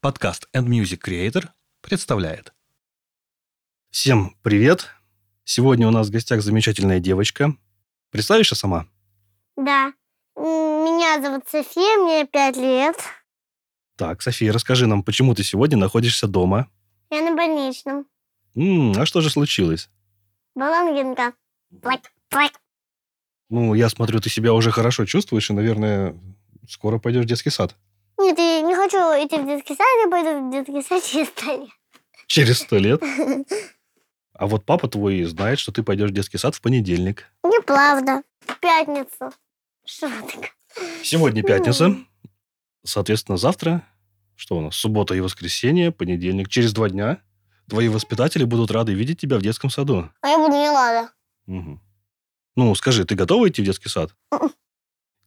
Подкаст And Music Creator представляет. Всем привет! Сегодня у нас в гостях замечательная девочка. Представишься сама? Да. М, Меня зовут София, мне пять лет. Так, София, расскажи нам, почему ты сегодня находишься дома? Я на больничном. М, а что же случилось? Была ангинка. Плак, плак. Ну, я смотрю, ты себя уже хорошо чувствуешь и, наверное, скоро пойдешь в детский сад. Нет, я не хочу идти в детский сад, я пойду в детский сад через сто лет. Через сто лет. А вот папа твой знает, что ты пойдешь в детский сад в понедельник. Неправда. В пятницу. Что так? Сегодня пятница. Соответственно, завтра, что у нас, суббота и воскресенье, понедельник. Через два дня твои воспитатели будут рады видеть тебя в детском саду. А я буду не рада. Мгм. Ну, скажи, ты готова идти в детский сад? Мгм.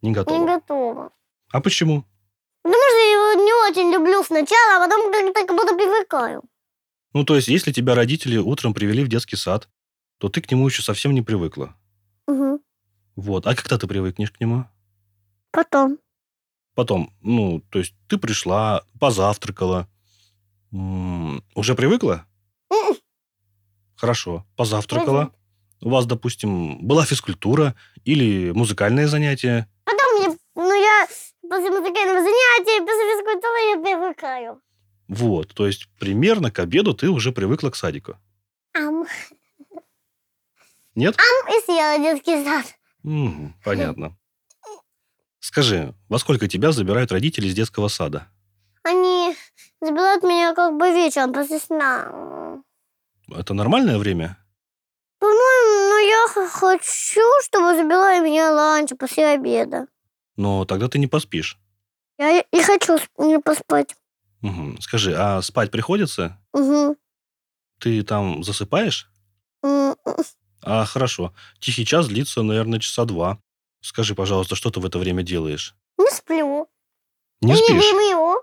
Не Не готова. готова. А почему? Потому что я его не очень люблю сначала, а потом как-то как будто привыкаю. Ну, то есть, если тебя родители утром привели в детский сад, то ты к нему еще совсем не привыкла. Мгм. Вот. А когда ты привыкнешь к нему? Потом. Потом, ну, то есть, ты пришла, позавтракала. М, Уже привыкла? Мгм. Хорошо. Позавтракала. У вас, допустим, была физкультура или музыкальное занятие. Потом я, ну я после музыкального занятия, после физкультуры я привыкаю. Вот. То есть, примерно к обеду ты уже привыкла к садику. Ам. ну, Нет? И съела детский сад. Мгм, понятно. Скажи, во сколько тебя забирают родители из детского сада? Они забирают меня как бы вечером после сна. Это нормальное время? По-моему, ну я х- хочу, чтобы забирали меня ланч после обеда. Но тогда ты не поспишь. Я и хочу сп- не поспать. Мгм. Скажи, а спать приходится? Угу. Ты там засыпаешь? М, А, хорошо. Тихий час длится, наверное, часа два. Скажи, пожалуйста, что ты в это время делаешь? Не сплю. Не И Ну, не спишь? дремлю.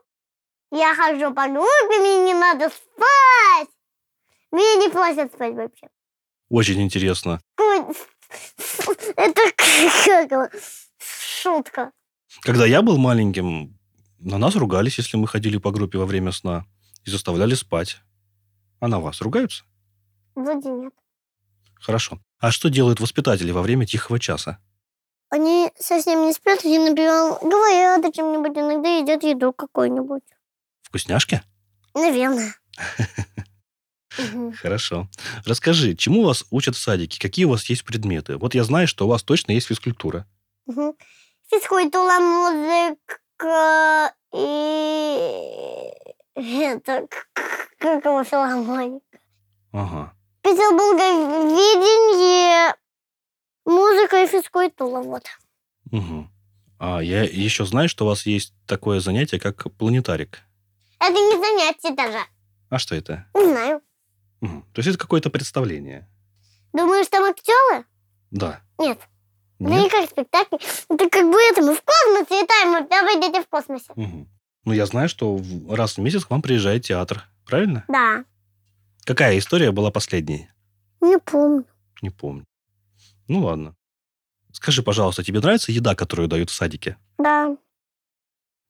Я хожу по группе, мне не надо спать. Меня не просят спать вообще. Очень интересно. Ой, Это как его? шутка. Когда я был маленьким, на нас ругались, если мы ходили по группе во время сна и заставляли спать. А на вас ругаются? Вроде нет. Хорошо. А что делают воспитатели во время тихого часа? Они совсем не спят, они, например, говорят о чем-нибудь, иногда едят еду какую-нибудь. Вкусняшки? Наверное. Мгм. Хорошо. Расскажи, чему вас учат в садике? Какие у вас есть предметы? Вот я знаю, что у вас точно есть физкультура. Мгм. Физкультура, музыка э, и... Это... к- к- Как его филармония? Ага. Петербурговедение, музыка и физкультура, вот. Мгм. А я еще знаю, что у вас есть такое занятие, как планетарик. Это не занятие даже. А что это? Не знаю. Мгм. То есть это какое-то представление? Думаешь, там актеры? Да. Нет. Это не Нет? как Ну, спектакль. Это как бы это, мы в космосе летаем, мы давай дети в космосе. Мгм. Ну, я знаю, что в- раз в месяц к вам приезжает театр. Правильно? Да. Какая история была последней? Не помню. Не помню. Ну, ладно. Скажи, пожалуйста, тебе нравится еда, которую дают в садике? Да.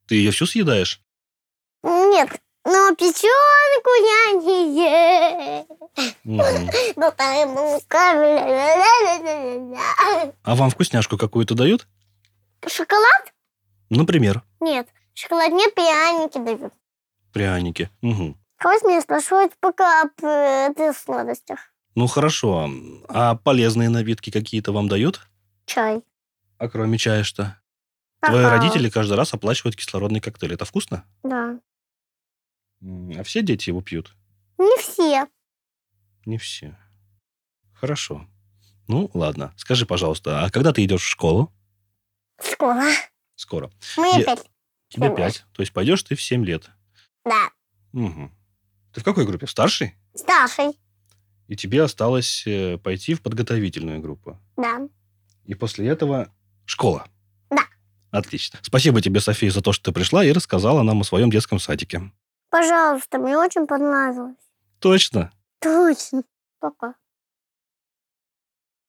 Ты ее всю съедаешь? Нет. Но печенку я не ем. Ну, Мгм. Болтаю муками, ля-ля-ля-ля-ля-ля. А вам вкусняшку какую-то дают? Шоколад? Например, Нет. Шоколад нет, пряники дают. пряники. Мгм. Кого меня спрашивают пока об э, этих сладостях? Ну хорошо. А полезные напитки какие-то вам дают? Чай. А кроме чая что? Твои Какао. родители каждый раз оплачивают кислородный коктейль. Это вкусно? Да. М, А все дети его пьют? Не все. Не все. Хорошо. Ну, ладно. Скажи, пожалуйста, а когда ты идешь в школу? Школа. Скоро. Мы Е- опять. Тебе Семь пять. То есть пойдешь ты в семь лет. Да. Мгм. Ты в какой группе? В старшей? Старший. И тебе осталось э, пойти в подготовительную группу. Да. И после этого школа. Да. Отлично. Спасибо тебе, София, за то, что ты пришла и рассказала нам о своем детском садике. Пожалуйста, мне очень понравилось. Точно. Точно. Пока.